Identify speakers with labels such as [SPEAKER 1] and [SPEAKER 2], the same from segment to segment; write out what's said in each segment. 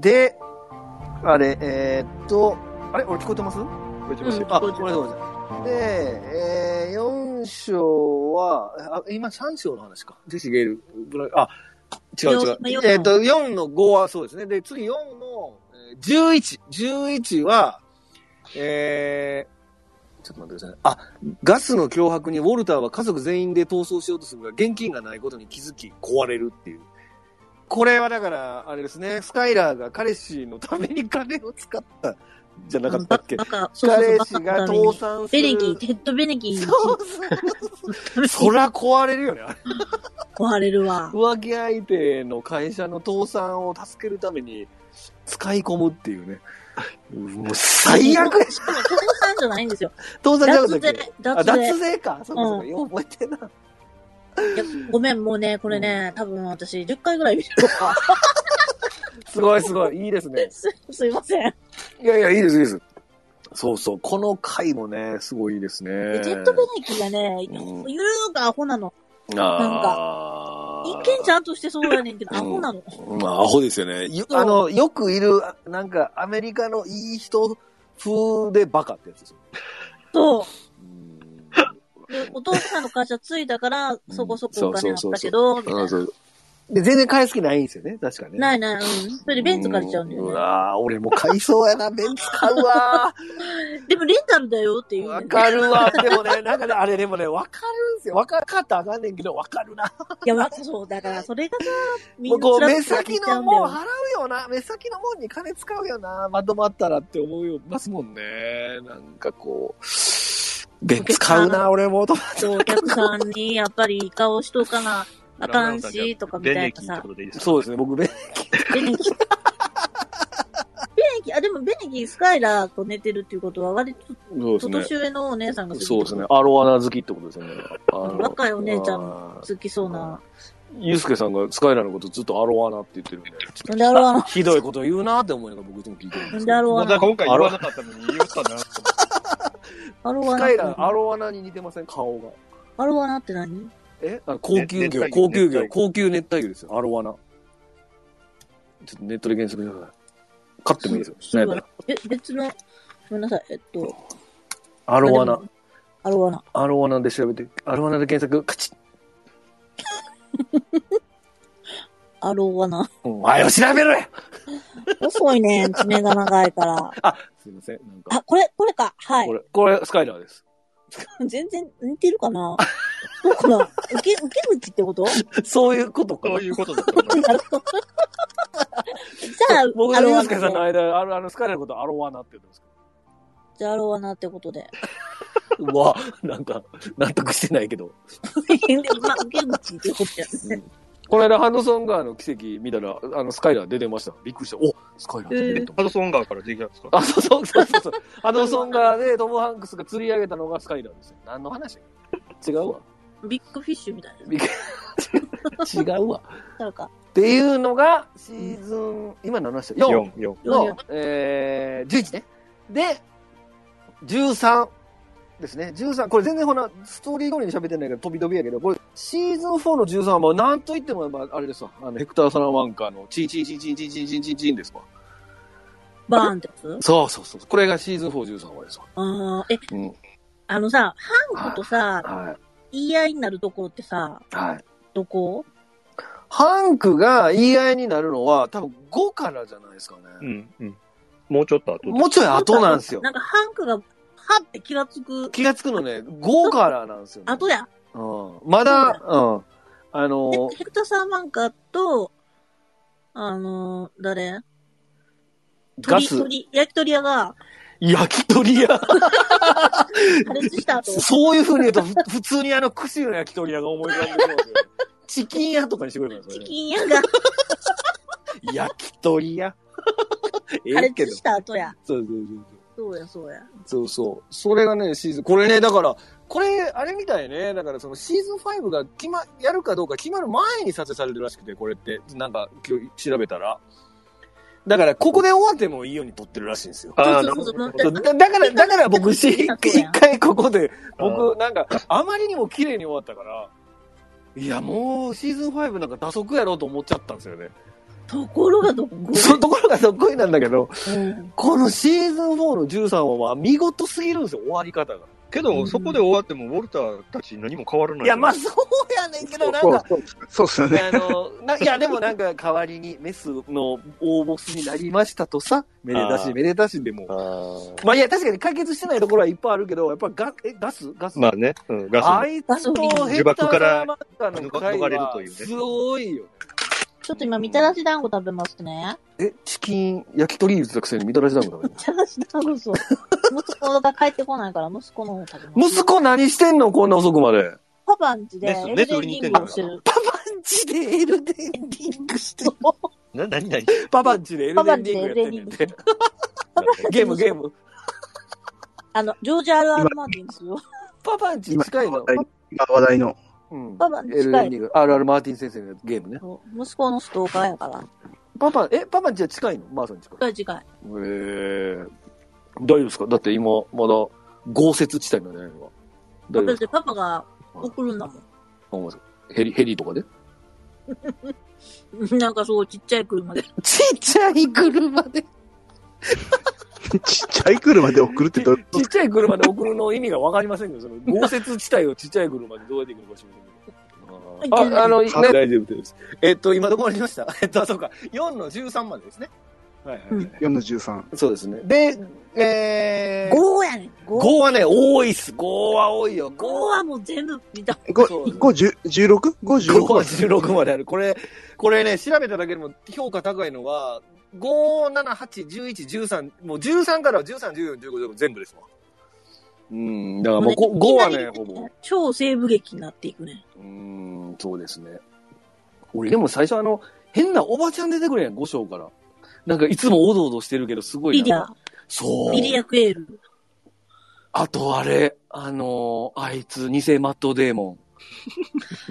[SPEAKER 1] で、あれ、えーっと、あれ俺聞こえてます
[SPEAKER 2] こいつも
[SPEAKER 3] うん
[SPEAKER 2] し
[SPEAKER 1] あ、ごめんなさいごめんなさい。で、えー、4章は、あ、今3章の話か。ジェシー・ゲイル、ブラあ、違う違う。
[SPEAKER 3] 四の四の
[SPEAKER 1] えーっと、4の5はそうですね。で、次4のえー11。11は、えー、ちょっと待ってください。あ、ガスの脅迫にウォルターは家族全員で逃走しようとするが、現金がないことに気づき壊れるっていう。これはだから、あれですね、スカイラーが彼氏のために金を使ったんじゃなかったっけ
[SPEAKER 3] バカ、そうそう
[SPEAKER 1] 彼氏
[SPEAKER 3] そう、バカ
[SPEAKER 1] が
[SPEAKER 3] の
[SPEAKER 1] 倒
[SPEAKER 3] ために。
[SPEAKER 1] 産す
[SPEAKER 3] ベ
[SPEAKER 1] る。
[SPEAKER 3] ネキ、テッドベネキ
[SPEAKER 1] そうそう
[SPEAKER 3] のた
[SPEAKER 1] そ
[SPEAKER 3] めに
[SPEAKER 1] りゃ壊れるよね。あれ
[SPEAKER 3] 壊れるわ。
[SPEAKER 1] 浮気相手の会社の倒産を助けるために使い込むっていうね。もう最悪や
[SPEAKER 3] しかも、倒産じゃない んですよ。
[SPEAKER 1] 倒産じゃなかっ
[SPEAKER 3] 脱
[SPEAKER 1] た
[SPEAKER 3] 税
[SPEAKER 1] っけ、あ、
[SPEAKER 3] 脱税
[SPEAKER 1] 脱。税か。そうかそうか。よう覚えてんな。
[SPEAKER 3] いやごめん、もうね、これね、多分私、10回ぐらい見てる わ。
[SPEAKER 1] すごいすごい。いいですね。
[SPEAKER 3] すすいません。
[SPEAKER 1] いやいや、いいです、いいです。そうそう。この回もね、すごいいいですね。
[SPEAKER 3] でテッドベネキがね、
[SPEAKER 1] う
[SPEAKER 3] 言
[SPEAKER 1] ん
[SPEAKER 3] うのがアホなの。なん
[SPEAKER 1] あー
[SPEAKER 3] 一見ちゃんとしてそうやねんけど、
[SPEAKER 1] うん
[SPEAKER 3] アホなの。
[SPEAKER 1] まあ、アホですよね。よ
[SPEAKER 3] そう
[SPEAKER 1] あの、よくいる、あなんか、アメリカのいい人風でバカってやつですよ。
[SPEAKER 3] そう。で、お父さんの会社継いだから、そこそこお金あったけど、みたいな。
[SPEAKER 1] で、全然返す気ないんですよね、確かね。。
[SPEAKER 3] ないいない、うん。それでベンツ借りちゃうんだ
[SPEAKER 1] う
[SPEAKER 3] よ
[SPEAKER 1] わぁ、俺も買いそうやな、ベンツ買うわ
[SPEAKER 3] ね。でもレンタルだよってい
[SPEAKER 1] ー
[SPEAKER 3] う
[SPEAKER 1] わ
[SPEAKER 3] ねん。
[SPEAKER 1] かるわでもね、なんかね、あれでもね、わかるんですよ。わかかったらあかんねんけど、わかるな。
[SPEAKER 3] いや、わそう、だからそれがさ、み
[SPEAKER 1] も
[SPEAKER 3] ん
[SPEAKER 1] う
[SPEAKER 3] な
[SPEAKER 1] こう、
[SPEAKER 3] 辛
[SPEAKER 1] 目
[SPEAKER 3] くなって
[SPEAKER 1] 先
[SPEAKER 3] きちゃ
[SPEAKER 1] の
[SPEAKER 3] うん
[SPEAKER 1] も
[SPEAKER 3] だ
[SPEAKER 1] ん
[SPEAKER 3] よ。
[SPEAKER 1] 払うよな、目先のもんに金使うよな、まとまったらって思いますもんね。なんかこう、ベンツ買うな、俺も、と思って
[SPEAKER 3] そうお客さんにやっぱりいい顔しとかなあかんし、とかみ
[SPEAKER 2] ベ
[SPEAKER 3] た
[SPEAKER 2] ネ
[SPEAKER 3] い
[SPEAKER 2] キ
[SPEAKER 3] な
[SPEAKER 2] ー
[SPEAKER 3] さ
[SPEAKER 2] ってこ。とでいいですか
[SPEAKER 1] そうですね、僕、ベン
[SPEAKER 3] ベネキ。ベネキ、あ、でもベネキ、スカイラーと寝てるっていうことは、割
[SPEAKER 1] そう
[SPEAKER 3] と年上のお姉さんが好き
[SPEAKER 1] そうですね。。アロアナ好きってことですよね。 あの
[SPEAKER 3] 若いお姉ちゃん
[SPEAKER 1] あー
[SPEAKER 3] 好きそうな。
[SPEAKER 1] ユースケさんがスカイラーのことずっとアロアナって言ってるんで、
[SPEAKER 3] なんであれは、
[SPEAKER 1] ひどいこと言うなって思いながら僕いつも聞いてるんで
[SPEAKER 3] な
[SPEAKER 1] す
[SPEAKER 3] ん
[SPEAKER 1] け
[SPEAKER 3] であ
[SPEAKER 1] ど。
[SPEAKER 3] ろ
[SPEAKER 2] も
[SPEAKER 3] は
[SPEAKER 2] うだから
[SPEAKER 3] な。
[SPEAKER 2] 今回言わなかったのに言おったなと思って。
[SPEAKER 3] あろ
[SPEAKER 1] ス
[SPEAKER 3] はな
[SPEAKER 1] カイラー、アロアナに似てません顔が。
[SPEAKER 3] アロワナって何
[SPEAKER 1] えあの高級
[SPEAKER 2] 熱
[SPEAKER 1] 魚、
[SPEAKER 2] 帯
[SPEAKER 1] 高級魚、
[SPEAKER 2] 魚熱帯魚
[SPEAKER 1] 高級熱帯魚ですよ。アロアナ。ちょっとネットで検索してください。買ってもいいですよ。ないから
[SPEAKER 3] え、別の、ごめんなさい、えっと。
[SPEAKER 1] ア
[SPEAKER 3] ア
[SPEAKER 1] ロアナ。。
[SPEAKER 3] アロワナ。
[SPEAKER 1] アロアナで調べて、アロアナで検索、カチッ。
[SPEAKER 3] アロワナ。
[SPEAKER 1] うん、あよ、調べろよ
[SPEAKER 3] 遅いね、爪が長いから。
[SPEAKER 1] すいません。なんか、
[SPEAKER 3] あ、これ、これか。はい
[SPEAKER 1] こ。れ、これ、スカイラーです。
[SPEAKER 3] 全然似てる かなそうかな受け、受け口ってこと
[SPEAKER 1] そういうことか。
[SPEAKER 2] そういうことだと思います
[SPEAKER 3] なるほどじゃあ、
[SPEAKER 1] 僕
[SPEAKER 3] ア
[SPEAKER 1] と
[SPEAKER 3] ロ
[SPEAKER 1] ユー
[SPEAKER 3] ワ
[SPEAKER 1] スケさんの
[SPEAKER 3] ナ。
[SPEAKER 1] 間、あの、あのスカイラーのことアロワナって言うんです
[SPEAKER 3] じゃあ、アロワナっ てことで。
[SPEAKER 1] けど。うわ、なんか、納得してないけど。
[SPEAKER 3] でまあ、受け口ってことやね。
[SPEAKER 1] この間、ハンドソンガーの奇跡見たら、あの、スカイラー出てました。びっくりした。おスカイラー出てると
[SPEAKER 2] ハ
[SPEAKER 1] 思っ
[SPEAKER 2] ド
[SPEAKER 1] て。
[SPEAKER 2] ソンガーからできたんですか
[SPEAKER 1] あ、そうそうそうそうそう。ハンドソンガーでトム・ハンクスが釣り上げたのがスカイラーですよ。何の話違うわ。
[SPEAKER 3] ビッグフィッシュみたいな。
[SPEAKER 1] びっ 違うわ。
[SPEAKER 3] そうか。
[SPEAKER 1] っていうのが、シーズン、今何話した ?4。
[SPEAKER 2] ?4、4。
[SPEAKER 1] の、えー、11ね。で、13ですね。13。これ全然ほな、ストーリー通りに喋ってないから飛び飛びやけど、これ、シーズン4の13はもうなんと言っても、まあ、あれですわ。あの、ヘクター・サラマンカーのチーチーチーチーチーチーチーチーチーンですわ。
[SPEAKER 3] バーンってやつ
[SPEAKER 1] そうそうそう。これがシーズン4、13話ですわ。
[SPEAKER 3] あーえ、
[SPEAKER 1] うん。
[SPEAKER 3] あのさ、ハンクとさ、
[SPEAKER 1] は
[SPEAKER 3] 言い合いになるところってさ、
[SPEAKER 1] い。はい。
[SPEAKER 3] どこ
[SPEAKER 1] ハンクが言い合いになるのは、多分5からじゃないですかね。
[SPEAKER 2] うん、うん。もうちょっと後で。
[SPEAKER 1] もうちょい後なんですよ
[SPEAKER 3] な。んかハンクが、はって気がつく。
[SPEAKER 1] 気がつくのね、5からなんですよ、ね。
[SPEAKER 3] 後や。
[SPEAKER 1] うん。まだ、うん。あのー
[SPEAKER 3] で、ヘクター・サーマンカーと、あのー、誰
[SPEAKER 1] ガス。
[SPEAKER 3] 鳥鳥焼き鳥 屋が
[SPEAKER 1] 焼き鳥屋。
[SPEAKER 3] 破裂した後、
[SPEAKER 1] そういう風に言うと、ふ普通にあの、串の焼き鳥屋が思い浮かんでくるん ですよ。チキン屋とかにしてくれるから、そ
[SPEAKER 3] チ
[SPEAKER 1] れ。
[SPEAKER 3] キン屋が
[SPEAKER 1] 焼き鳥屋。 え
[SPEAKER 3] 破
[SPEAKER 1] えけ
[SPEAKER 3] 裂
[SPEAKER 1] ど。
[SPEAKER 3] した後や。
[SPEAKER 1] そうそうそう
[SPEAKER 3] そうや、そうや。
[SPEAKER 1] そう。そうそう。それがね、シーズン、これね、だから、これ、あれみたいね、だからそのシーズン5が決ま、やるかどうか決まる前に撮影されてるらしくて、これって、なんか、今日調べたら。だから、ここで終わってもいいように撮ってるらしいんですよ。
[SPEAKER 2] あー
[SPEAKER 3] そうそうそう
[SPEAKER 1] そうだだから、だから僕、し一回ここで、
[SPEAKER 2] あ
[SPEAKER 1] 僕、なんか、あまりにも綺麗に終わったから、いや、もう、シーズン5なんか打足やろうと思っちゃったんですよね。
[SPEAKER 3] ところがどっこい。
[SPEAKER 1] そのところがどっこいなんだけど、
[SPEAKER 3] うん
[SPEAKER 1] このシーズン4の13話は見事すぎるんですよ、終わり方が。
[SPEAKER 2] けど、そこで終わっても、ウォルターたち何も変わらない。
[SPEAKER 1] いや、まあ、そうやねんけど、なんか、
[SPEAKER 4] そうっすよね。
[SPEAKER 1] あの、ないや、でもなんか、代わりにメスの大ボスになりましたとさ、めでた
[SPEAKER 2] あ
[SPEAKER 1] し、
[SPEAKER 2] ー
[SPEAKER 1] めでたしでも。
[SPEAKER 2] あ
[SPEAKER 1] まあいや、確かに解決してないところはいっぱいあるけど、やっぱガえガスガス、
[SPEAKER 2] まあね、うん、ガス
[SPEAKER 1] あ
[SPEAKER 2] の。
[SPEAKER 1] いつとヘクター・サラマンカの会
[SPEAKER 2] 呪
[SPEAKER 1] は
[SPEAKER 2] われるというね
[SPEAKER 1] すごいよ。
[SPEAKER 3] ちょっと今、みたらし団子食べますね。
[SPEAKER 1] え、チキン、焼き鳥言ってたくせにみたらし団子食べ
[SPEAKER 3] みたらし団子そう。息子が帰ってこないから、息子の方食べます。
[SPEAKER 1] 息子何してんのこんな遅くまで。
[SPEAKER 3] パパんちで、
[SPEAKER 2] ね
[SPEAKER 3] エ
[SPEAKER 2] そう
[SPEAKER 3] ル
[SPEAKER 2] ね
[SPEAKER 3] デンリングをしてる。
[SPEAKER 1] パパンチでエルデンリングしてる。
[SPEAKER 2] な、なになに
[SPEAKER 1] パパンチでエル
[SPEAKER 3] パ
[SPEAKER 1] デ
[SPEAKER 3] パ
[SPEAKER 1] ン
[SPEAKER 3] ん
[SPEAKER 1] リ
[SPEAKER 3] ちで
[SPEAKER 1] ング
[SPEAKER 3] エ
[SPEAKER 1] やって
[SPEAKER 3] ルデ
[SPEAKER 1] んね
[SPEAKER 3] ンリ
[SPEAKER 1] ん
[SPEAKER 3] ング
[SPEAKER 1] て。ゲーム、ゲーム。
[SPEAKER 3] あの、ジョージ・アル・アル・マーティンですよ。
[SPEAKER 1] パパンチ近いの。
[SPEAKER 4] 今話題の。
[SPEAKER 1] うん
[SPEAKER 3] パパン
[SPEAKER 1] エル
[SPEAKER 3] チ近
[SPEAKER 1] デン
[SPEAKER 3] い
[SPEAKER 1] リング。RR マーティン先生のゲームね。
[SPEAKER 3] 息子のストーカーやから。
[SPEAKER 1] パパ、え、パパンチは近いのマーさんに近い。
[SPEAKER 3] 近い近い。
[SPEAKER 1] えー、大丈夫ですかだって今、まだ豪雪地帯なんじゃないのか
[SPEAKER 3] だ
[SPEAKER 1] 大丈夫
[SPEAKER 3] っ
[SPEAKER 1] です
[SPEAKER 3] てパパが送るんだも
[SPEAKER 1] か思いますヘリ、ヘリとかで
[SPEAKER 3] ん。なんかすごいちっちゃい車で。
[SPEAKER 1] ちっちゃい車で。
[SPEAKER 4] ちっちゃい車で送るってどういう
[SPEAKER 1] ちっちゃい車で送るの意味がわかりませんけ ど、その豪雪地帯をちっちゃい車でどうやって行くのかしませんけど。あ、あの、ね、
[SPEAKER 4] はい
[SPEAKER 1] 大丈夫です。えっと、今どこまで来ましたえっと、そうか、4の13までですね。はいはい、
[SPEAKER 3] うん
[SPEAKER 4] 4の13。
[SPEAKER 1] そうですね。で、えー、
[SPEAKER 3] 5やねん。5。
[SPEAKER 1] 5はね、多いっす。5は多いよ。5
[SPEAKER 3] 5はもう全部見た。
[SPEAKER 1] そう
[SPEAKER 4] 5、5、16?5、16
[SPEAKER 1] 516まである。これ、これね、調べただけでも評価高いのは、5、7、8、11、13、もう13からは13、14、15、15全部ですわ。うん、だからもう 5, はね、ほぼ。
[SPEAKER 3] 超西部劇になっていくね。
[SPEAKER 1] うん、そうですね。俺でも最初あの、変なおばちゃん出てくるやん、5章から。なんかいつもおどおどしてるけど、すごい
[SPEAKER 3] リ
[SPEAKER 1] な。
[SPEAKER 3] リア、
[SPEAKER 1] そう。
[SPEAKER 3] リリア・クエール。
[SPEAKER 1] あとあれ、あのーあいつ、偽マットデーモ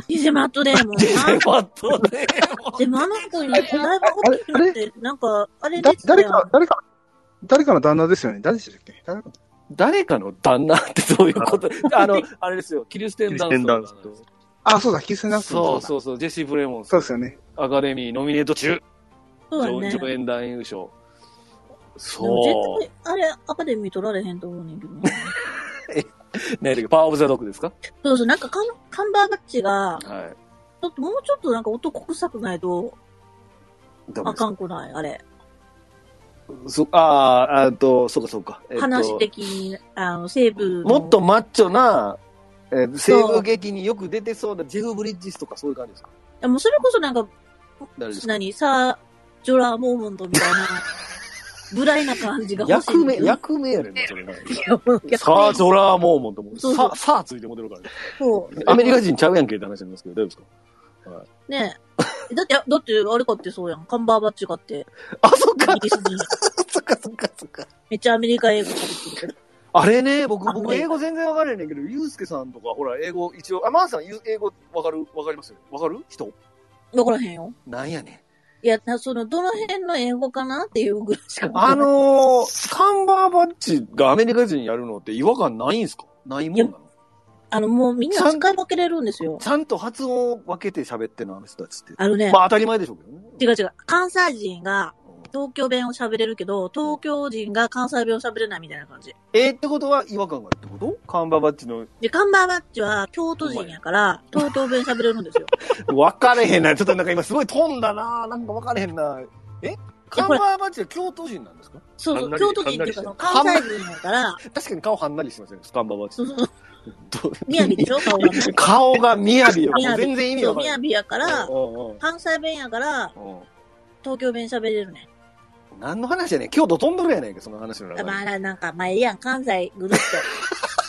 [SPEAKER 3] リゼ・マット・デーモン
[SPEAKER 1] ン。。偽マットデーモン。
[SPEAKER 3] でもあの子に、お台場ホテルって、なんか、あれ
[SPEAKER 4] だ
[SPEAKER 3] です
[SPEAKER 4] 誰か、誰か、誰かの旦那ですよね。誰でしたっけ誰か
[SPEAKER 1] 誰かの旦那ってそういう ことあの、あれですよ、キリステンダンス。
[SPEAKER 2] キリステンダンスと
[SPEAKER 4] あ、そうだ、キスナス
[SPEAKER 1] そう
[SPEAKER 4] う。
[SPEAKER 1] そうそう、ジェシー・ブレモンス
[SPEAKER 4] そうですよね。
[SPEAKER 1] アカデミーノミネート中、
[SPEAKER 3] そうだね。で
[SPEAKER 1] 上演団優勝。
[SPEAKER 3] も
[SPEAKER 1] そ
[SPEAKER 3] 絶対、あれ、アカデミー取られへんと思うねんけどな。
[SPEAKER 1] う。何だっけパワー・オブ・ザ・ドッグですか
[SPEAKER 3] そうそう、なんかカン、カンバーバッチが、
[SPEAKER 1] は
[SPEAKER 3] ちょっともうちょっとなんか男臭くないと、
[SPEAKER 1] い。ダメ
[SPEAKER 3] あ
[SPEAKER 1] です
[SPEAKER 3] かんくない、あれ。
[SPEAKER 1] そあーあーと、そうかそうか。えっと
[SPEAKER 3] 話的に、あの、西部の。
[SPEAKER 1] もっとマッチョな、えー、西
[SPEAKER 3] そう
[SPEAKER 1] 部劇によく出てそうなジェフ・ブリッジスとかそういう感じですか
[SPEAKER 3] でもそれこそなんか、
[SPEAKER 1] 誰ですか
[SPEAKER 3] 何、サー・ジョラー・モーモンドみたいな、無頼な感じが欲しい。
[SPEAKER 1] 役名、役名やねんな、それな。 サー・ジ
[SPEAKER 3] ョ
[SPEAKER 1] ョラー・モーモンとも
[SPEAKER 3] そう
[SPEAKER 1] さ
[SPEAKER 3] そう
[SPEAKER 1] あ、さあついてもてるからね。
[SPEAKER 3] そう。
[SPEAKER 1] アメリカ人ちゃうやんけって話なんですけど、大丈夫ですか
[SPEAKER 3] ねえ。だって、だって、あれかってそうやん。カンバーバッチかって、
[SPEAKER 1] あ、そっ
[SPEAKER 3] イ
[SPEAKER 1] か
[SPEAKER 3] ギリス 人。
[SPEAKER 1] そっかそっかそっか。
[SPEAKER 3] めっちゃアメリカ英語喋ってるけど。
[SPEAKER 1] あれね、僕、
[SPEAKER 3] あ
[SPEAKER 1] 僕、
[SPEAKER 3] はい
[SPEAKER 1] 英語全然わかれへんねんけど、ゆうすけさんとか、ほら、英語、一応、あ、まー、さん、ゆう英語、わかるわかりますわかる人
[SPEAKER 3] わからへんよ。
[SPEAKER 1] なんやね
[SPEAKER 3] いや、なその、どの辺の英語かなっていうぐらいしか。
[SPEAKER 1] あ、のー、カンバーバッチがアメリカ人やるのって違和感ないんすかないもんなの
[SPEAKER 3] あの、もうみんな使い分けれるんですよ。
[SPEAKER 1] ちゃんと発音を分けて喋ってんの、あの人たちって。
[SPEAKER 3] あのね、
[SPEAKER 1] まあ、当たり前でしょうけどね。
[SPEAKER 3] 違う違う。関西人が
[SPEAKER 1] うん
[SPEAKER 3] 東京弁を喋れるけど、東京人が関西弁を喋れないみたいな感じ。
[SPEAKER 1] えー、ってことは、違和感があるってことカンバーバッチの、
[SPEAKER 3] で、カンバーバッチは京都人やから、東京弁喋れるんですよ。
[SPEAKER 1] 分かれへんな。ちょっとなんか今すごい飛んだななんか分かれへんな。えカンバーバッチは京都人なんですか
[SPEAKER 3] そうそう、
[SPEAKER 2] はんなり
[SPEAKER 3] 京都人っていうか、その
[SPEAKER 1] は
[SPEAKER 3] 関
[SPEAKER 1] んなり
[SPEAKER 3] 西人やから、
[SPEAKER 1] 確かに顔はんなりしてません、ね、カンバーバッチ
[SPEAKER 3] そう。そう、
[SPEAKER 1] ど
[SPEAKER 3] 宮城でしょ 顔が。
[SPEAKER 1] 顔が雅よ。
[SPEAKER 3] 雅
[SPEAKER 1] 全然意味
[SPEAKER 3] そう、
[SPEAKER 1] わかんな
[SPEAKER 3] 宮
[SPEAKER 1] い。
[SPEAKER 3] 城やから、
[SPEAKER 1] うんうん
[SPEAKER 3] 関西弁やから、
[SPEAKER 1] うん
[SPEAKER 3] 東京弁喋れるね。
[SPEAKER 1] 何の話やねん。京都飛んどるやねんけ、その話の中
[SPEAKER 3] あ
[SPEAKER 1] で。
[SPEAKER 3] まあ、なんか、まあ、ええやん、関西ぐるっと。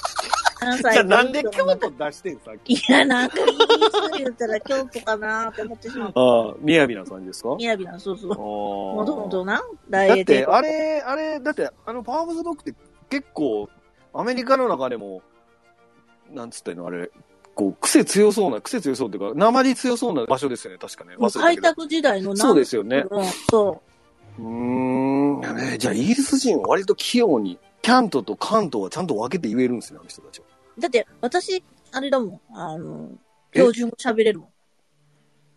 [SPEAKER 3] 関西ぐるっと。
[SPEAKER 1] じゃあなんで京都出してんさっき。
[SPEAKER 3] いや、なんか、イギリスで言ったら京都かなーって思って しまう。
[SPEAKER 1] ああ、雅な感じですか
[SPEAKER 3] 宮城なん、そうそう。もとも
[SPEAKER 1] も
[SPEAKER 3] とな、
[SPEAKER 1] だ
[SPEAKER 3] 大
[SPEAKER 1] っ
[SPEAKER 3] 英
[SPEAKER 1] て、
[SPEAKER 3] 帝
[SPEAKER 1] あれ、あれ、だって、あの、パワーオブズドッグって結構、アメリカの中でも、なんつったらいいの、あれ、こう、癖強そうな、癖強そうっていうか、鉛強そうな場所ですよね、確かね。
[SPEAKER 3] 国。もう
[SPEAKER 1] 忘れ
[SPEAKER 3] 開
[SPEAKER 1] たけど。
[SPEAKER 3] 拓時代の。
[SPEAKER 1] そうですすよね。
[SPEAKER 3] うん、そう
[SPEAKER 1] ーん、ねじゃあ、イギリス人は割と器用に、キャントと関東はちゃんと分けて言えるんですね、あの人たちは。
[SPEAKER 3] う。だって、私、あれだもん。あの、標準語喋れるもん。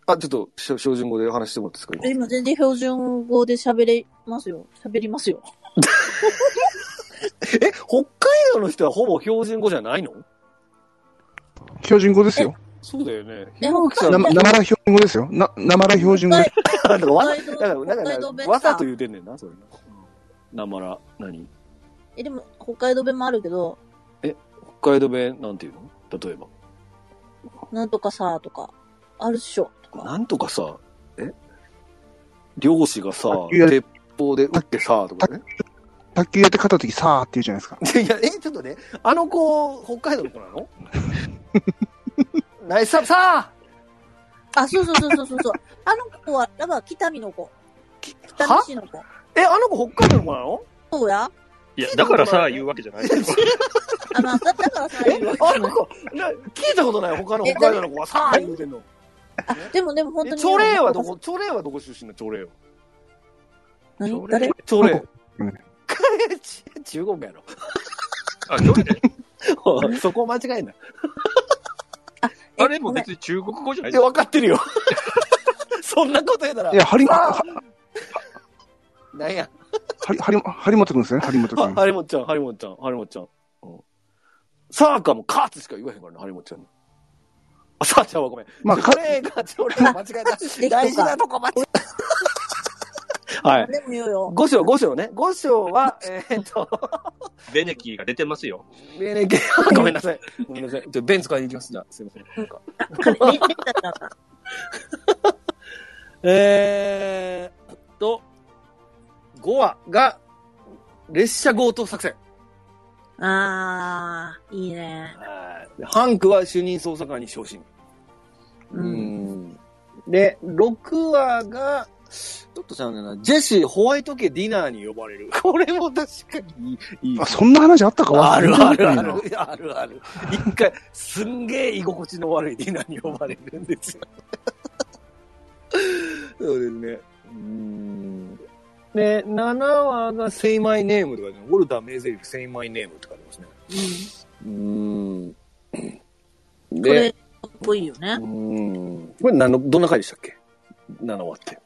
[SPEAKER 1] あ、ちょっと、しょ標準語で話してもらっていいですか
[SPEAKER 3] 今全然標準語で喋れますよ。喋りますよ。
[SPEAKER 1] え、北海道の人はほぼ標準語じゃないの
[SPEAKER 4] 標準語ですよ。
[SPEAKER 1] そうだよ ね。
[SPEAKER 3] え、北
[SPEAKER 4] な、
[SPEAKER 3] 海道
[SPEAKER 4] なまら標準語ですよ。な、なまら標準語で
[SPEAKER 1] だからわ、だ
[SPEAKER 3] 北海道
[SPEAKER 1] から、なんか
[SPEAKER 3] 北海道弁
[SPEAKER 1] な、
[SPEAKER 3] さ
[SPEAKER 1] わざと言うてんねんな、それな。なまら、何
[SPEAKER 3] え、でも、北海道弁もあるけど、
[SPEAKER 1] 北海道弁なんていうの例えば。
[SPEAKER 3] なんとかさ、とか、あるっしょ、とか。
[SPEAKER 1] なんとかさ、え漁師がさ、
[SPEAKER 4] いや
[SPEAKER 1] 鉄砲で撃ってさ、とかね。
[SPEAKER 4] 卓球やって勝った時さーって言うじゃないですか。
[SPEAKER 1] いや、え、ちょっとね、あの子、北海道の子なの ナイスサーブさあ
[SPEAKER 3] あ、そうそうそうそうそうそう。 あの子は、だから、北見の子。北見市の子。
[SPEAKER 1] え、あの子北海道の子なの
[SPEAKER 3] そうや
[SPEAKER 2] いや、だからさ、言うわけじゃない。
[SPEAKER 3] あ、まあ、だだからさ、
[SPEAKER 1] え
[SPEAKER 3] 言うわ、
[SPEAKER 1] あの子、な聞いたことない他の北海道の子はさあ
[SPEAKER 3] え
[SPEAKER 1] 言うてんの。
[SPEAKER 3] あ、でもでも本当
[SPEAKER 1] え
[SPEAKER 3] に。
[SPEAKER 1] 朝礼はどこ、朝礼はどこ出身の朝礼は。
[SPEAKER 3] 何誰
[SPEAKER 1] 朝礼
[SPEAKER 4] うん。
[SPEAKER 1] ち 中国やろ。
[SPEAKER 2] あ、どれ
[SPEAKER 1] そこ間違えんな。
[SPEAKER 2] あれも別に中国語じゃない
[SPEAKER 1] え、分かってるよ。 そんなこと言うたら
[SPEAKER 4] い、や、張本、
[SPEAKER 1] あ
[SPEAKER 4] は
[SPEAKER 1] なんや。
[SPEAKER 4] 張張本張本くんですよね、張本く
[SPEAKER 1] は
[SPEAKER 4] ん。
[SPEAKER 1] ハリモちゃん、ハリモちゃん、ハリモちゃん。うんサーカもカーツしか言わへんからな、ハリモちゃん。あ、サーちゃんはごめん。
[SPEAKER 4] まあ、
[SPEAKER 1] こ
[SPEAKER 4] か
[SPEAKER 1] れ が、俺が間違えた。大事なとこ間違えた。はい。
[SPEAKER 3] でも言う よ。
[SPEAKER 1] 五章、五章ね。五章 は、えーっと、
[SPEAKER 2] ベネキーが出てますよ。
[SPEAKER 1] 命令系。ごめんなさい。ごめんなさい。ちょベンツ買いに行きます。じゃあ、すいません。
[SPEAKER 3] 彼レンタルだった。
[SPEAKER 1] えーっと、5話が、列車強盗作戦。
[SPEAKER 3] あー、いいね。
[SPEAKER 1] でハンクは主任捜査官に昇進。
[SPEAKER 3] う
[SPEAKER 1] で、6話が、ちょっとちゃうねんな、ジェシーホワイト家ディナーに呼ばれる。これも確かにいい。
[SPEAKER 4] あ、そんな話あったか
[SPEAKER 1] あるあるあ
[SPEAKER 4] 忘れて
[SPEAKER 1] る、あるある。一回、すんげえ居心地の悪いディナーに呼ばれるんですよ。 そうですね。うん。で、7話が Say My Name とかね、ウォルター名台詞 Say My Name とかありますね。
[SPEAKER 3] ん。
[SPEAKER 1] うん。
[SPEAKER 3] これ、かっこいいよね。
[SPEAKER 1] うん。これ何の、どんな回でしたっけ ?7 話って。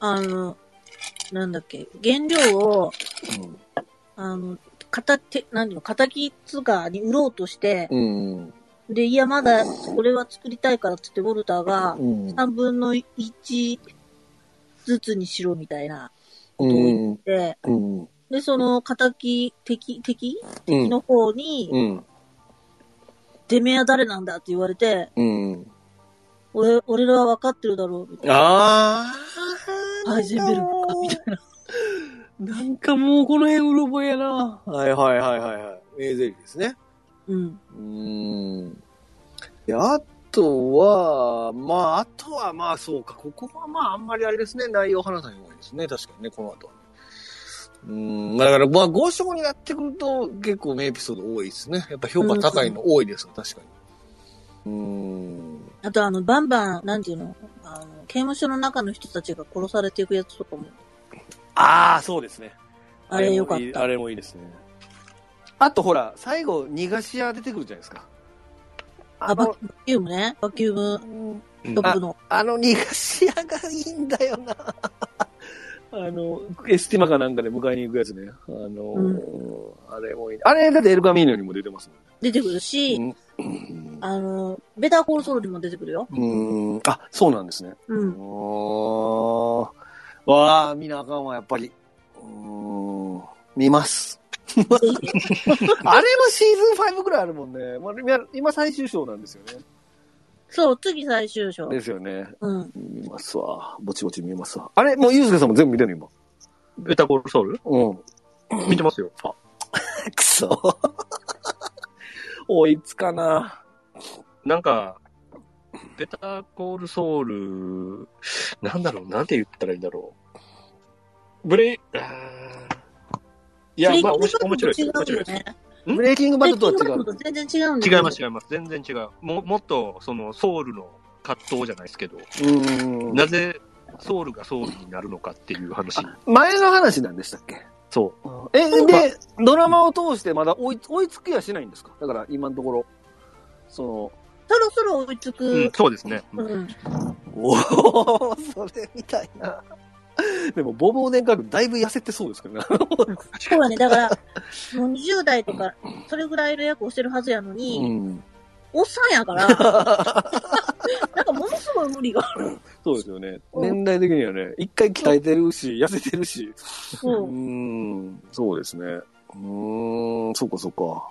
[SPEAKER 3] あの、なんだっけ、原料を、あの、片手、なんていうの、敵つかに売ろうとして、
[SPEAKER 1] うん。うん。
[SPEAKER 3] で、いや、まだ、これは作りたいからってって、ウォルターが、
[SPEAKER 1] うん。
[SPEAKER 3] 3分の1ずつにしろみたいな。
[SPEAKER 1] うん。
[SPEAKER 3] で、
[SPEAKER 1] うん。
[SPEAKER 3] で、その敵、敵、敵
[SPEAKER 1] うん。
[SPEAKER 3] の方に、
[SPEAKER 1] うん。
[SPEAKER 3] てめえは誰なんだって言われて、
[SPEAKER 1] うん。
[SPEAKER 3] 俺、俺らは分かってるだろう、みたいな。
[SPEAKER 1] ああ。
[SPEAKER 3] アイゼンベルクか、みたいな。
[SPEAKER 1] なんかもうこの辺うろ覚えやな。はいはいはいはいはい。名ゼリですね。
[SPEAKER 3] うん。
[SPEAKER 1] うん。で、あとは、まあ、あとはまあそうか、ここはまああんまりあれですね、内容を話さない方がいいですね、確かにね、この後はね。うん、だからまあ5章になってくると結構ねエピソード多いですね。やっぱ評価高いの多いですよ、確かに。うん。
[SPEAKER 3] あと、あの、バンバン、なんていうの、あの、刑務所の中の人たちが殺されていくやつとかも、
[SPEAKER 1] ああ、そうですね。
[SPEAKER 3] あれよかっ
[SPEAKER 1] もいい
[SPEAKER 3] た。
[SPEAKER 1] あれもいいですね。あとほら、最後、逃がし屋出てくるじゃないですか。
[SPEAKER 3] あ、
[SPEAKER 1] あ
[SPEAKER 3] バ
[SPEAKER 1] の
[SPEAKER 3] キ、ュームね。バキュームトップの。
[SPEAKER 1] あの逃がし屋がいいんだよな。 あの、エスティマかなんかで迎えに行くやつね。あの、あれもいい。あれ、だってエルカミーノにも出てます
[SPEAKER 3] 出てくるし、
[SPEAKER 1] うん
[SPEAKER 3] あの、ベターコールソールにも出てくるよ。
[SPEAKER 1] もんね。うん。あ、そうなんですね。
[SPEAKER 3] う。
[SPEAKER 1] うんん。わあ、見なあかんわ、やっぱり。うん。見ます。 あれもシーズン5くらいあるもんね。まあ今今最終章なんですよね。
[SPEAKER 3] そう、次最終章。
[SPEAKER 1] ですよね。
[SPEAKER 3] うん。
[SPEAKER 1] 見ますわ。ぼちぼち見ますわ。あれもうユースケさんも全部見てるの
[SPEAKER 2] ベタコールソウル
[SPEAKER 1] 今。うん。
[SPEAKER 2] 見てますよ。あ、
[SPEAKER 1] くそ。 追いつかな。
[SPEAKER 2] なんか、ベタコールソウル、なんだろう、なんて言ったらいいんだろう。ブレイ、あーいや、まあ、面白い、面白いです、面白いです。
[SPEAKER 3] ね。
[SPEAKER 1] ブレイキングバッドとは違う。
[SPEAKER 3] と全然違うんだ
[SPEAKER 2] 違います、
[SPEAKER 3] よ。
[SPEAKER 2] 違います。全然違う。も、もっと、その、ソウルの葛藤じゃないですけど、
[SPEAKER 1] うん
[SPEAKER 2] なぜ、ソウルがソウルになるのかっていう話。
[SPEAKER 1] 前の話なんでしたっけ
[SPEAKER 2] そ
[SPEAKER 1] え、で、ドラマを通してまだ追い追いつきはしないんですかだから今のところ。そ
[SPEAKER 3] そろそろ追いつ
[SPEAKER 2] う。うん
[SPEAKER 3] く、。
[SPEAKER 2] そうですね。
[SPEAKER 3] うん。
[SPEAKER 1] おお、それみたいな。でも、ボブお年間だいぶ痩せてそうですけどね。
[SPEAKER 3] そうだね。だから、もう20代とか、それぐらいの役をしてるはずやのに、
[SPEAKER 1] ん。
[SPEAKER 3] おっさんやから、 なんかものすごい無理がある。
[SPEAKER 1] そうですよね。年代的にはね、一回鍛えてるし、痩せてるし。
[SPEAKER 3] そう
[SPEAKER 1] うーん、そうですね。うーん、そうかそうか。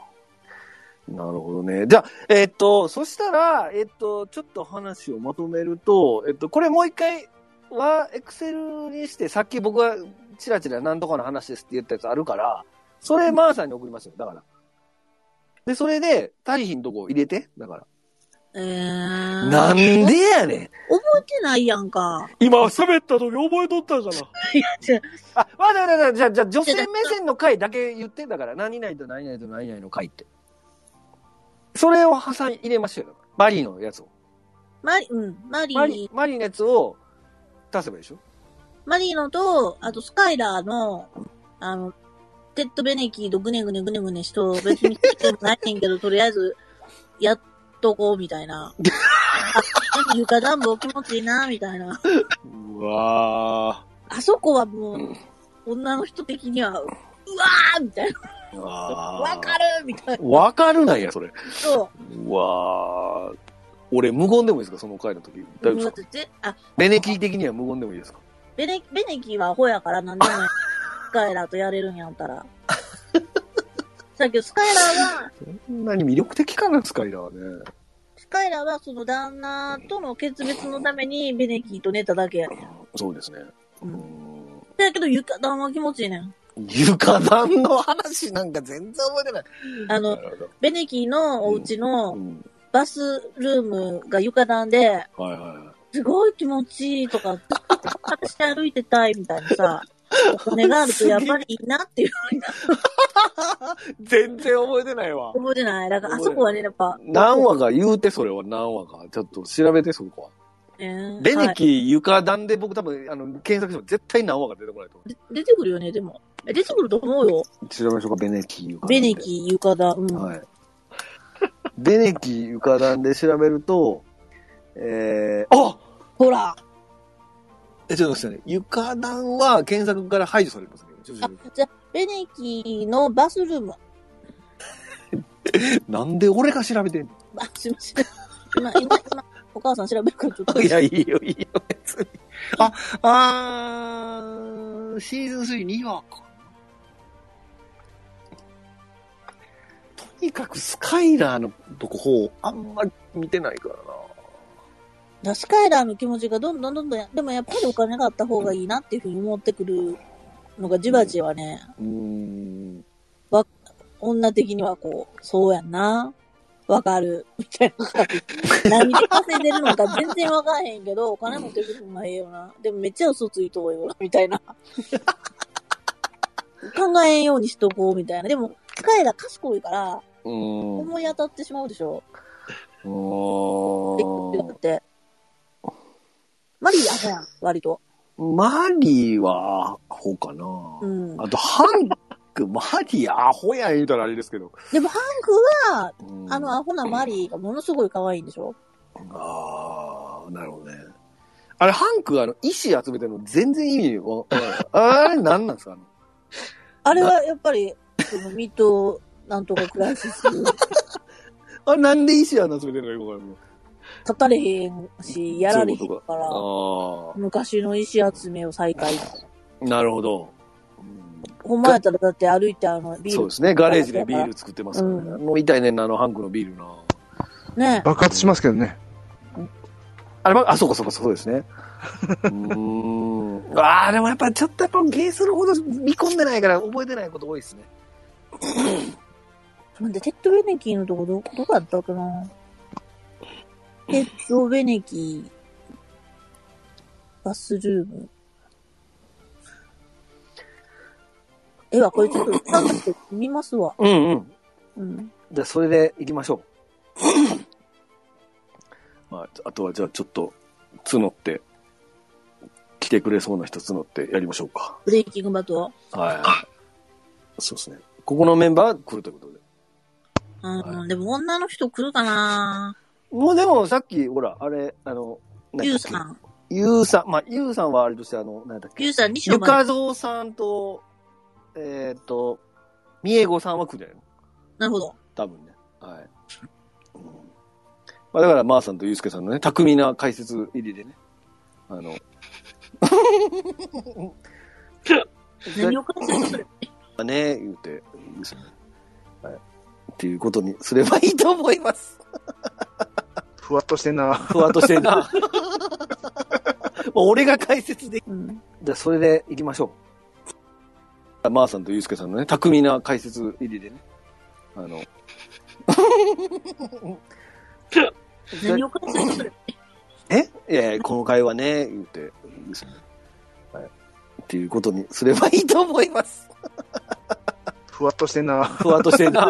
[SPEAKER 1] なるほどね。じゃあ、えっと、そしたら、えっと、ちょっと話をまとめると、えっと、これもう一回は、エクセルにして、さっき僕がチラチラなんとかの話ですって言ったやつあるから、それ、マーさんに送りますよ。だから。で、それで、タリヒのとこ入れて、だから。
[SPEAKER 3] えー、
[SPEAKER 1] なん
[SPEAKER 3] 覚
[SPEAKER 1] でやねん
[SPEAKER 3] えてないやんか。
[SPEAKER 1] 今喋った時覚えとったじゃ
[SPEAKER 3] 違
[SPEAKER 1] な。
[SPEAKER 3] う
[SPEAKER 1] あ、わだわだわだ、じゃあ、じゃあ女性目線の回だけ言ってんだから、何々と何々と何々の回って。それを挟み入れましょうよ。マリーのやつを。
[SPEAKER 3] マリ、うん、マリー、
[SPEAKER 1] マリー、マリーのやつを出せばいいでしょ
[SPEAKER 3] マリーのと、あとスカイラーの、あの、テッド・ベネキーとぐねぐねぐねぐねしと、別に聞いてもないねんけど、とりあえず、やっとこう、みたい な。あ、なんか床暖房気持ちいいな、みたいな。
[SPEAKER 1] うわ
[SPEAKER 3] あそこはもう、女の人的には、うわーみたい
[SPEAKER 1] ー。
[SPEAKER 3] な。
[SPEAKER 1] わ
[SPEAKER 3] わかるみたいな。
[SPEAKER 1] る。わかるなんや、それ。
[SPEAKER 3] そう
[SPEAKER 1] わー。俺、無言でもいいですかその回の時。大丈夫
[SPEAKER 3] う。
[SPEAKER 1] で
[SPEAKER 3] だ
[SPEAKER 1] す
[SPEAKER 3] っ
[SPEAKER 1] か
[SPEAKER 3] てぜあ、
[SPEAKER 1] ベネキー的には無言でもいいですか
[SPEAKER 3] ベネ、ベネキーはアホやからなんでもない、スカイラーとやれるんやった ら。だけど、スカイラーは、
[SPEAKER 1] そんなに魅力的かな、スカイラーはね。
[SPEAKER 3] スカイラーはその旦那との決別のためにベネキーと寝ただけやねん。
[SPEAKER 1] そうですね。う
[SPEAKER 3] う
[SPEAKER 1] ん
[SPEAKER 3] だけど、床暖は気持ちいいねん。
[SPEAKER 1] 床暖の話なんか全然覚えてない。
[SPEAKER 3] あの、ベネキーのお家
[SPEAKER 1] う
[SPEAKER 3] の
[SPEAKER 1] ん、
[SPEAKER 3] バスルームが床暖で、
[SPEAKER 1] はいは
[SPEAKER 3] すごい気持ちいいとか、私歩いてたいみたいなさ、お金があるとやっぱりいいなっていうふうに
[SPEAKER 1] い。全然覚えてないわ。
[SPEAKER 3] 思うじゃない。だからあそこはね、やっぱ、
[SPEAKER 1] 何話か言うて、それは何話か。ちょっと調べて、そこは。
[SPEAKER 3] えー
[SPEAKER 1] ベネ
[SPEAKER 3] はい
[SPEAKER 1] キー床暖で僕多分、あの、検索しても絶対何話か出てこないと思
[SPEAKER 3] で出てくるよね、でも。え出てくると思うよ。
[SPEAKER 1] う。調べましょうか、ベネキー床
[SPEAKER 3] ベネキー、床だ。うん。
[SPEAKER 1] はい。ベネキー床暖で調べると、えー、あ
[SPEAKER 3] ほら。
[SPEAKER 1] え、ちょっと待ってくださいね。床暖は検索から排除されますね。ちょっと
[SPEAKER 3] あ
[SPEAKER 1] 待って、
[SPEAKER 3] じゃあベネキーのバスルーム。
[SPEAKER 1] なんで俺が調べてんの
[SPEAKER 3] あ、すいません。今、今、今、お母さん調べるからちょっ と。
[SPEAKER 1] いや、いいよ、いいよ、別に。あ、あーシーズン3、2話か。とにかくスカイラーのとこ方、あんま見てないからな。
[SPEAKER 3] ラスカイラーの気持ちがどんどんどんどんや、でもやっぱりお金があった方がいいなっていうふうに思ってくるのがじわじわね、
[SPEAKER 1] うーん。
[SPEAKER 3] 女的にはこう、そうやんな。わかる。みたいな。何で稼いでるのか全然わからへんけど、お金持ってくるのがええよな。でもめっちゃ嘘ついとうよな、みたいな。考えんようにしとこう、みたいな。でも、スカイラー賢いから、
[SPEAKER 1] うーん。
[SPEAKER 3] 思い当たってしまうでしょ。
[SPEAKER 1] うー
[SPEAKER 3] だって。マリーアホやん、割と。
[SPEAKER 1] んマリーは、ほうかな。
[SPEAKER 3] うん。
[SPEAKER 1] あと、ハンク、マリー、アホやん言うたらあれですけど。
[SPEAKER 3] でも、ハンクは、
[SPEAKER 1] うん
[SPEAKER 3] あの、アホなマリーがものすごい可愛いんでしょ
[SPEAKER 1] ああ、なるほどね。あれ、ハンクがあの、石集めてるの全然意味わからない。あれ、何なんですかあの
[SPEAKER 3] あれはやっぱり、その、ミート、なんとかクライシス、
[SPEAKER 1] あれ、なんで石集めてるのかよくわ
[SPEAKER 3] 語れへんし、やられへん
[SPEAKER 1] そういうこ
[SPEAKER 3] から、
[SPEAKER 1] か
[SPEAKER 3] 昔の石集めを再開。
[SPEAKER 1] んない。ああ、なるほど。
[SPEAKER 3] ほんまやったらだって歩いてあの、ビ
[SPEAKER 1] そう
[SPEAKER 3] ー
[SPEAKER 1] ですね。ガレージでビール作ってますからね。
[SPEAKER 3] う
[SPEAKER 1] 飲みたいねんな、あの、ハンクのビールな。
[SPEAKER 3] ル。ね
[SPEAKER 4] 爆発しますけどね。
[SPEAKER 1] あれ、まあ、そうか、そうか、そうですね。うーん。 ああ、でもやっぱ、ちょっとやっぱ、ゲーするほど見込んでないから、覚えてないこと多いですね。
[SPEAKER 3] え。で、テッドベネキーのとこど、どこやったっけなテッドベネキー、バスルーム。ええわ、これちょっと、なんか見ますわ。
[SPEAKER 1] うんうん。
[SPEAKER 3] うん。
[SPEAKER 1] じゃあ、それで行きましょう。 まあ、あとは、じゃあ、ちょっと、募って、来てくれそうな人募ってやりましょうか。
[SPEAKER 3] ブレイキングバト
[SPEAKER 1] はい。そうですね。ここのメンバー来るということで。
[SPEAKER 3] うん、
[SPEAKER 1] は
[SPEAKER 3] でも女の人来るかな
[SPEAKER 1] もうでも、さっき、ほら、あれ、あの、なん
[SPEAKER 3] ゆ
[SPEAKER 1] だ
[SPEAKER 3] う
[SPEAKER 1] っけ
[SPEAKER 3] さん。
[SPEAKER 1] ゆうさん、まあ、ゆうさんはあれとして、あの、なんだっけ
[SPEAKER 3] ゆうさん2章
[SPEAKER 1] ゆ
[SPEAKER 3] まで。
[SPEAKER 1] かぞうさんと、えっ、と、みえごさんは来るんじゃないの
[SPEAKER 3] なるほど。
[SPEAKER 1] 多分ね。はい。うんまあ、だから、まーさんとゆうすけさんのね、巧みな解説入りでね。あの、
[SPEAKER 3] 何を解説する
[SPEAKER 1] だね、言うて、いいですね。はい。っていうことにすればいいと思います。
[SPEAKER 4] ふわっとしてんな。
[SPEAKER 1] ふわっとしてんな。 もう俺が解説でき
[SPEAKER 3] うん。
[SPEAKER 1] じゃあ、それで行きましょう。まーさんとゆうすけさんのね、巧みな解説入りでね。あ の、
[SPEAKER 3] 何を解説する
[SPEAKER 1] えいやいやこの会話ね、言うて、いいですね。はい。っていうことにすればいいと思います。
[SPEAKER 4] ふわっとしてんな。
[SPEAKER 1] ふわっとしてんな。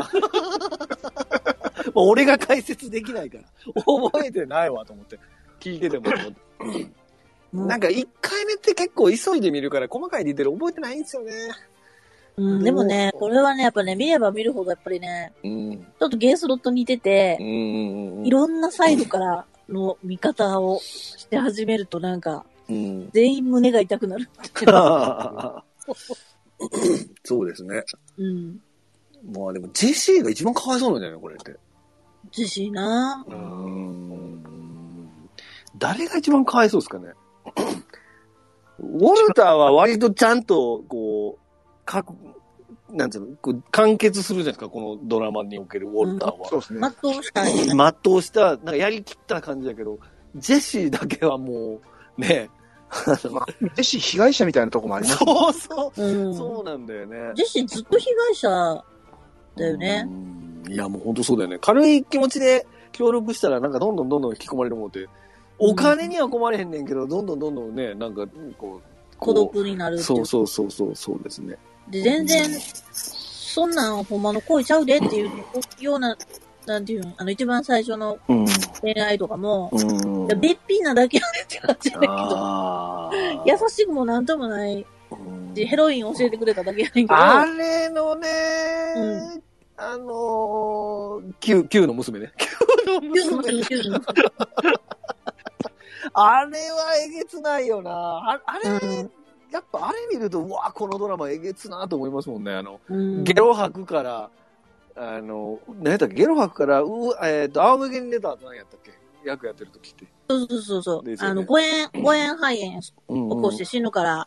[SPEAKER 1] もう俺が解説できないから、覚えてないわと思って、聞いてても。なんか1回目って結構急いで見るから、細かいディテール覚えてないんですよね。
[SPEAKER 3] うん、でもね、これはね、やっぱね、見れば見るほどやっぱりね、
[SPEAKER 1] うん。
[SPEAKER 3] ちょっとゲースロット似てて、
[SPEAKER 1] うん
[SPEAKER 3] いろんなサイドからの見方をして始めるとなんか、
[SPEAKER 1] うん。
[SPEAKER 3] 全員胸が痛くなる。
[SPEAKER 1] そうですね。
[SPEAKER 3] うん。
[SPEAKER 1] まあでも JC が一番かわいそうなんじゃないこれって。
[SPEAKER 3] 自信な
[SPEAKER 2] う
[SPEAKER 1] うんん。誰が一番かわいそうですかねウォルターは割とちゃんと、こう、かく、なんていうの、こう完結するじゃないですか、このドラマにおけるウォルターは。
[SPEAKER 4] そうです
[SPEAKER 3] ま
[SPEAKER 4] ね
[SPEAKER 3] っ。とうしたい。
[SPEAKER 1] 全うした、なんかやりきった感じだけど、ジェシーだけはもう、ね、
[SPEAKER 4] ジェシー被害者みたいなとこもあります。
[SPEAKER 1] そうそう、
[SPEAKER 3] うん。
[SPEAKER 1] そうなんだよね。
[SPEAKER 3] ジェシーずっと被害者だよね。
[SPEAKER 1] うん。いや、もう本当そうだよね。軽い気持ちで協力したら、なんかどんどんどんどん引き込まれるもんって、お金には困れへんねんけど、どんどんどんどんね、なんか、こう、こ
[SPEAKER 3] 孤
[SPEAKER 1] う
[SPEAKER 3] 独になるってい
[SPEAKER 1] そうそうそうそう、そうですね。
[SPEAKER 3] で、全然、そんなんほんまの恋ちゃうでっていうような、なんていうん、あの一番最初の
[SPEAKER 1] うん。
[SPEAKER 3] 恋愛とかも、
[SPEAKER 1] うん
[SPEAKER 3] いや、べっぴんなだけやねって感じだけど、
[SPEAKER 1] あー
[SPEAKER 3] 優しくもなんともない
[SPEAKER 1] うん
[SPEAKER 3] し、ヘロイン教えてくれただけやねんけど、
[SPEAKER 1] あれのね、
[SPEAKER 3] う
[SPEAKER 1] あのー、Q、Q の娘ね。Q の
[SPEAKER 3] キュン
[SPEAKER 1] 娘。
[SPEAKER 3] キュンキュン
[SPEAKER 1] あれはえげつないよな。ああれ、
[SPEAKER 3] うん
[SPEAKER 1] やっぱあれ見ると、うわ、このドラマえげつなと思いますもんね。あの、
[SPEAKER 3] うん
[SPEAKER 1] ゲロ吐くから、あの、何やったっけ、ゲロ吐くから、うえっ、と、仰向けに寝た後何やったっけ役やってる時って。
[SPEAKER 3] そうそうそうそう、
[SPEAKER 1] ですよね
[SPEAKER 3] あの、誤炎、誤炎肺炎起
[SPEAKER 1] うんうん
[SPEAKER 3] こして死ぬから、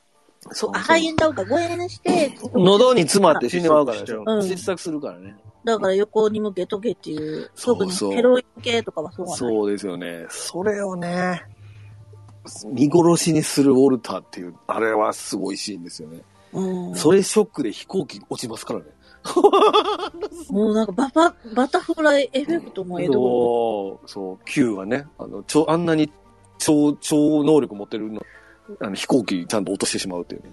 [SPEAKER 1] そう
[SPEAKER 3] あ、肺炎だうか、誤炎して、
[SPEAKER 1] 喉に詰まって死んでまうから
[SPEAKER 2] 失
[SPEAKER 1] ね
[SPEAKER 3] し
[SPEAKER 2] 速
[SPEAKER 3] ちゃううん
[SPEAKER 1] 失作するからね。
[SPEAKER 3] だから横に向けとけっていう、
[SPEAKER 1] そう
[SPEAKER 3] 特に
[SPEAKER 1] そう
[SPEAKER 3] ヘロイン系とかはそうかな
[SPEAKER 1] そうですよね。それをね、見殺しにするウォルターっていう、あれはすごいシーンですよね。
[SPEAKER 3] うん。
[SPEAKER 1] それショックで飛行機落ちますからね。
[SPEAKER 3] もうなんかババ、バタフライエフェクトもええとこ
[SPEAKER 1] そう、そう、Q はね、あの、超、あんなに超、超能力持ってるの、あの、飛行機ちゃんと落としてしまうっていうね。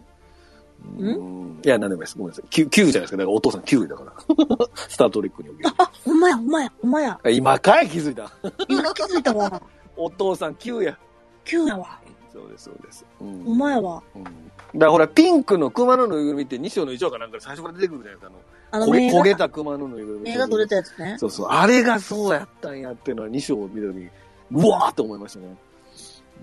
[SPEAKER 1] うんいや、なんでもいいです。ごめんなさい。Q、Q じゃないですか。だからお父さん Q だから。 スタートレックにおける。
[SPEAKER 3] あ、ほんまや、ほんまや、ほんまや。
[SPEAKER 1] あ今かい気づいた。
[SPEAKER 3] 今気づいたわ。
[SPEAKER 1] お父さん Q や。
[SPEAKER 3] 急やわ。
[SPEAKER 1] そうです、そうです。うん
[SPEAKER 3] ほんまやわ。
[SPEAKER 1] うんだからほら、ピンクの熊のぬいぐるみって西尾の以上かなんかで最初から出てくるじゃないですか。
[SPEAKER 3] あ
[SPEAKER 1] あ
[SPEAKER 3] の、
[SPEAKER 1] の、焦げ
[SPEAKER 3] 目
[SPEAKER 1] 焦
[SPEAKER 3] が、
[SPEAKER 1] げた熊のぬいぐるみ。
[SPEAKER 3] 目が取れたやつね。
[SPEAKER 1] そうそう。あれがそうやったんやっていうのは西尾を見たときに、うわーって思いましたね。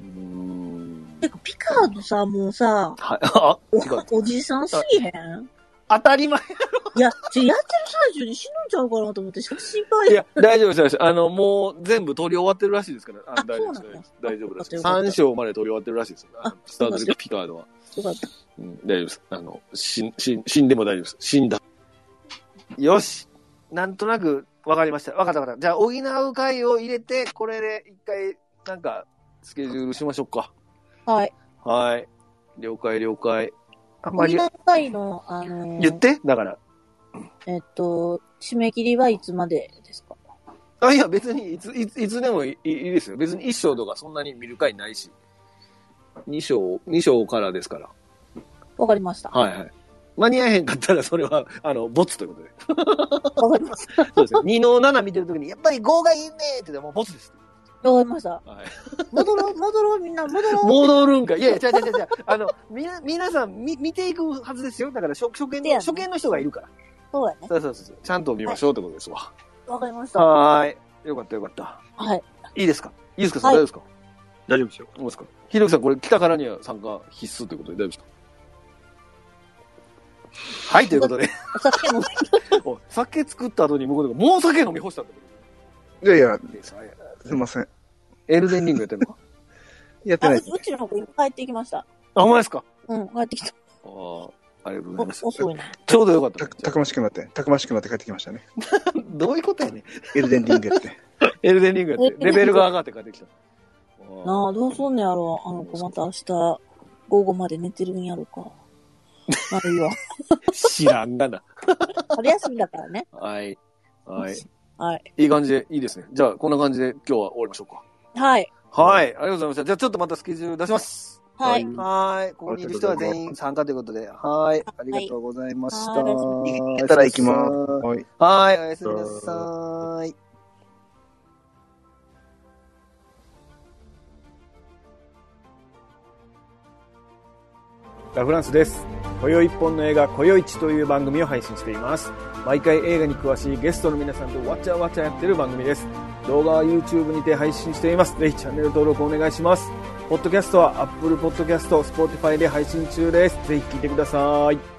[SPEAKER 1] うーん。
[SPEAKER 3] てか、ピカードさ、もうさ、
[SPEAKER 1] はい。あ、
[SPEAKER 3] お
[SPEAKER 1] 違う
[SPEAKER 3] おじさんすぎへん
[SPEAKER 1] 当たり前。
[SPEAKER 3] いや、ちょやってる最中に死ぬんちゃうかなと思って、心配
[SPEAKER 1] い
[SPEAKER 3] や。
[SPEAKER 1] や、大丈夫です、大丈夫です。あの、もう全部撮り終わってるらしいですから。あ
[SPEAKER 3] あ
[SPEAKER 1] 大丈夫
[SPEAKER 3] そう
[SPEAKER 1] で
[SPEAKER 3] なんだ
[SPEAKER 1] す。大丈夫です。
[SPEAKER 3] よかったよかった
[SPEAKER 1] 3章まで撮り終わってるらしいですよ。あの
[SPEAKER 3] あ
[SPEAKER 1] スタート
[SPEAKER 3] そうなん
[SPEAKER 1] で
[SPEAKER 3] だ
[SPEAKER 1] ピカードは。
[SPEAKER 3] よかった。
[SPEAKER 1] うん、大丈夫です。あの、死ん、死ん、死んでも大丈夫です。死んだ。よしなんとなく分かりました。分かった分かった。じゃあ、補う回を入れて、これで一回、なんか、スケジュールしましょうか。
[SPEAKER 3] はい。
[SPEAKER 1] はい。了解了解。あんま
[SPEAKER 3] み
[SPEAKER 1] り
[SPEAKER 3] んなの会の、あのー、
[SPEAKER 1] 言ってだから。
[SPEAKER 3] えっと、締め切りはいつまでですか
[SPEAKER 1] あ、いや、別にいつ、いつ、いつでもいいいいですよ。別に一章とかそんなに見る回ないし。二章、二章からですから。
[SPEAKER 3] わかりました。
[SPEAKER 1] はいはい。間に合えへんかったら、それは、 あの、ボツということで。
[SPEAKER 3] わかりまし
[SPEAKER 1] そうですよ。2の7見てるときに、やっぱり5がいいねって言ってもうボツです。
[SPEAKER 3] た。わかりました。
[SPEAKER 1] はい。
[SPEAKER 3] 戻ろう、 戻ろう、みんな、戻ろう。
[SPEAKER 1] 戻るんか。いやいや、違う違う違う違う。あの、みな、皆さん見、見ていくはずですよ。だから、初、初見
[SPEAKER 3] でや
[SPEAKER 1] の、
[SPEAKER 3] ね
[SPEAKER 1] 初見の人がいるから。
[SPEAKER 3] そうやね。
[SPEAKER 1] そうそうそうそう。ちゃんと見ましょうってことですわ。
[SPEAKER 3] わかりました。
[SPEAKER 1] はーい。よかったよかった。
[SPEAKER 3] はい。
[SPEAKER 1] いいですかゆうすけさん、
[SPEAKER 3] は
[SPEAKER 1] 大
[SPEAKER 3] い
[SPEAKER 1] 丈夫ですか
[SPEAKER 2] 大丈夫ですよ。
[SPEAKER 1] どうですかひろきさん、これ来たからには参加必須ということで大丈夫ですかはい、ということで。
[SPEAKER 3] お酒飲む。
[SPEAKER 1] お酒作った後に向こうで、もう酒飲み干したってこ
[SPEAKER 4] いやいや、
[SPEAKER 1] とで
[SPEAKER 4] すいません。
[SPEAKER 1] エルデンリングやってるのか
[SPEAKER 4] やって
[SPEAKER 3] あ、
[SPEAKER 4] な
[SPEAKER 3] う
[SPEAKER 4] い
[SPEAKER 3] ち。うちの子今帰ってきました。
[SPEAKER 1] あ、ほんまですか
[SPEAKER 3] うん、帰っ てきた。
[SPEAKER 1] ああ、ありがとうございます
[SPEAKER 3] お。遅いな。
[SPEAKER 1] ちょうどよかったた。
[SPEAKER 4] たくましくなって、たくましくなって帰ってきましたね。
[SPEAKER 1] どういうことやねん
[SPEAKER 4] エルデンリングやって。
[SPEAKER 1] エルデンリングやって、レベルが上がって帰ってきた。あ
[SPEAKER 3] なあ、どうすんねやろ。あの子また明日、午後まで寝てるんやろか。まあい いわ。
[SPEAKER 1] あ知らんがな。
[SPEAKER 3] 春休みだからね。
[SPEAKER 1] はい。はい。
[SPEAKER 3] はい。
[SPEAKER 1] いい感じで、いいですね。じゃあ、こんな感じで今日は終わりましょうか。
[SPEAKER 3] はい。
[SPEAKER 1] はい。ありがとうございました。じゃあ、ちょっとまたスケジュール出します。
[SPEAKER 3] はい。
[SPEAKER 1] はい。ここにいる人は全員参加ということで、はい。ありがとうございました。
[SPEAKER 3] はい
[SPEAKER 4] 行ったら行きます。はい。
[SPEAKER 1] はい。おやすみなさい。ラフランスです。今宵一本の映画、今宵一という番組を配信しています。毎回映画に詳しいゲストの皆さんとわちゃわちゃやってる番組です。動画は YouTube にて配信しています。ぜひチャンネル登録お願いします。ポッドキャストは Apple Podcast、Spotify で配信中です。ぜひ聞いてください。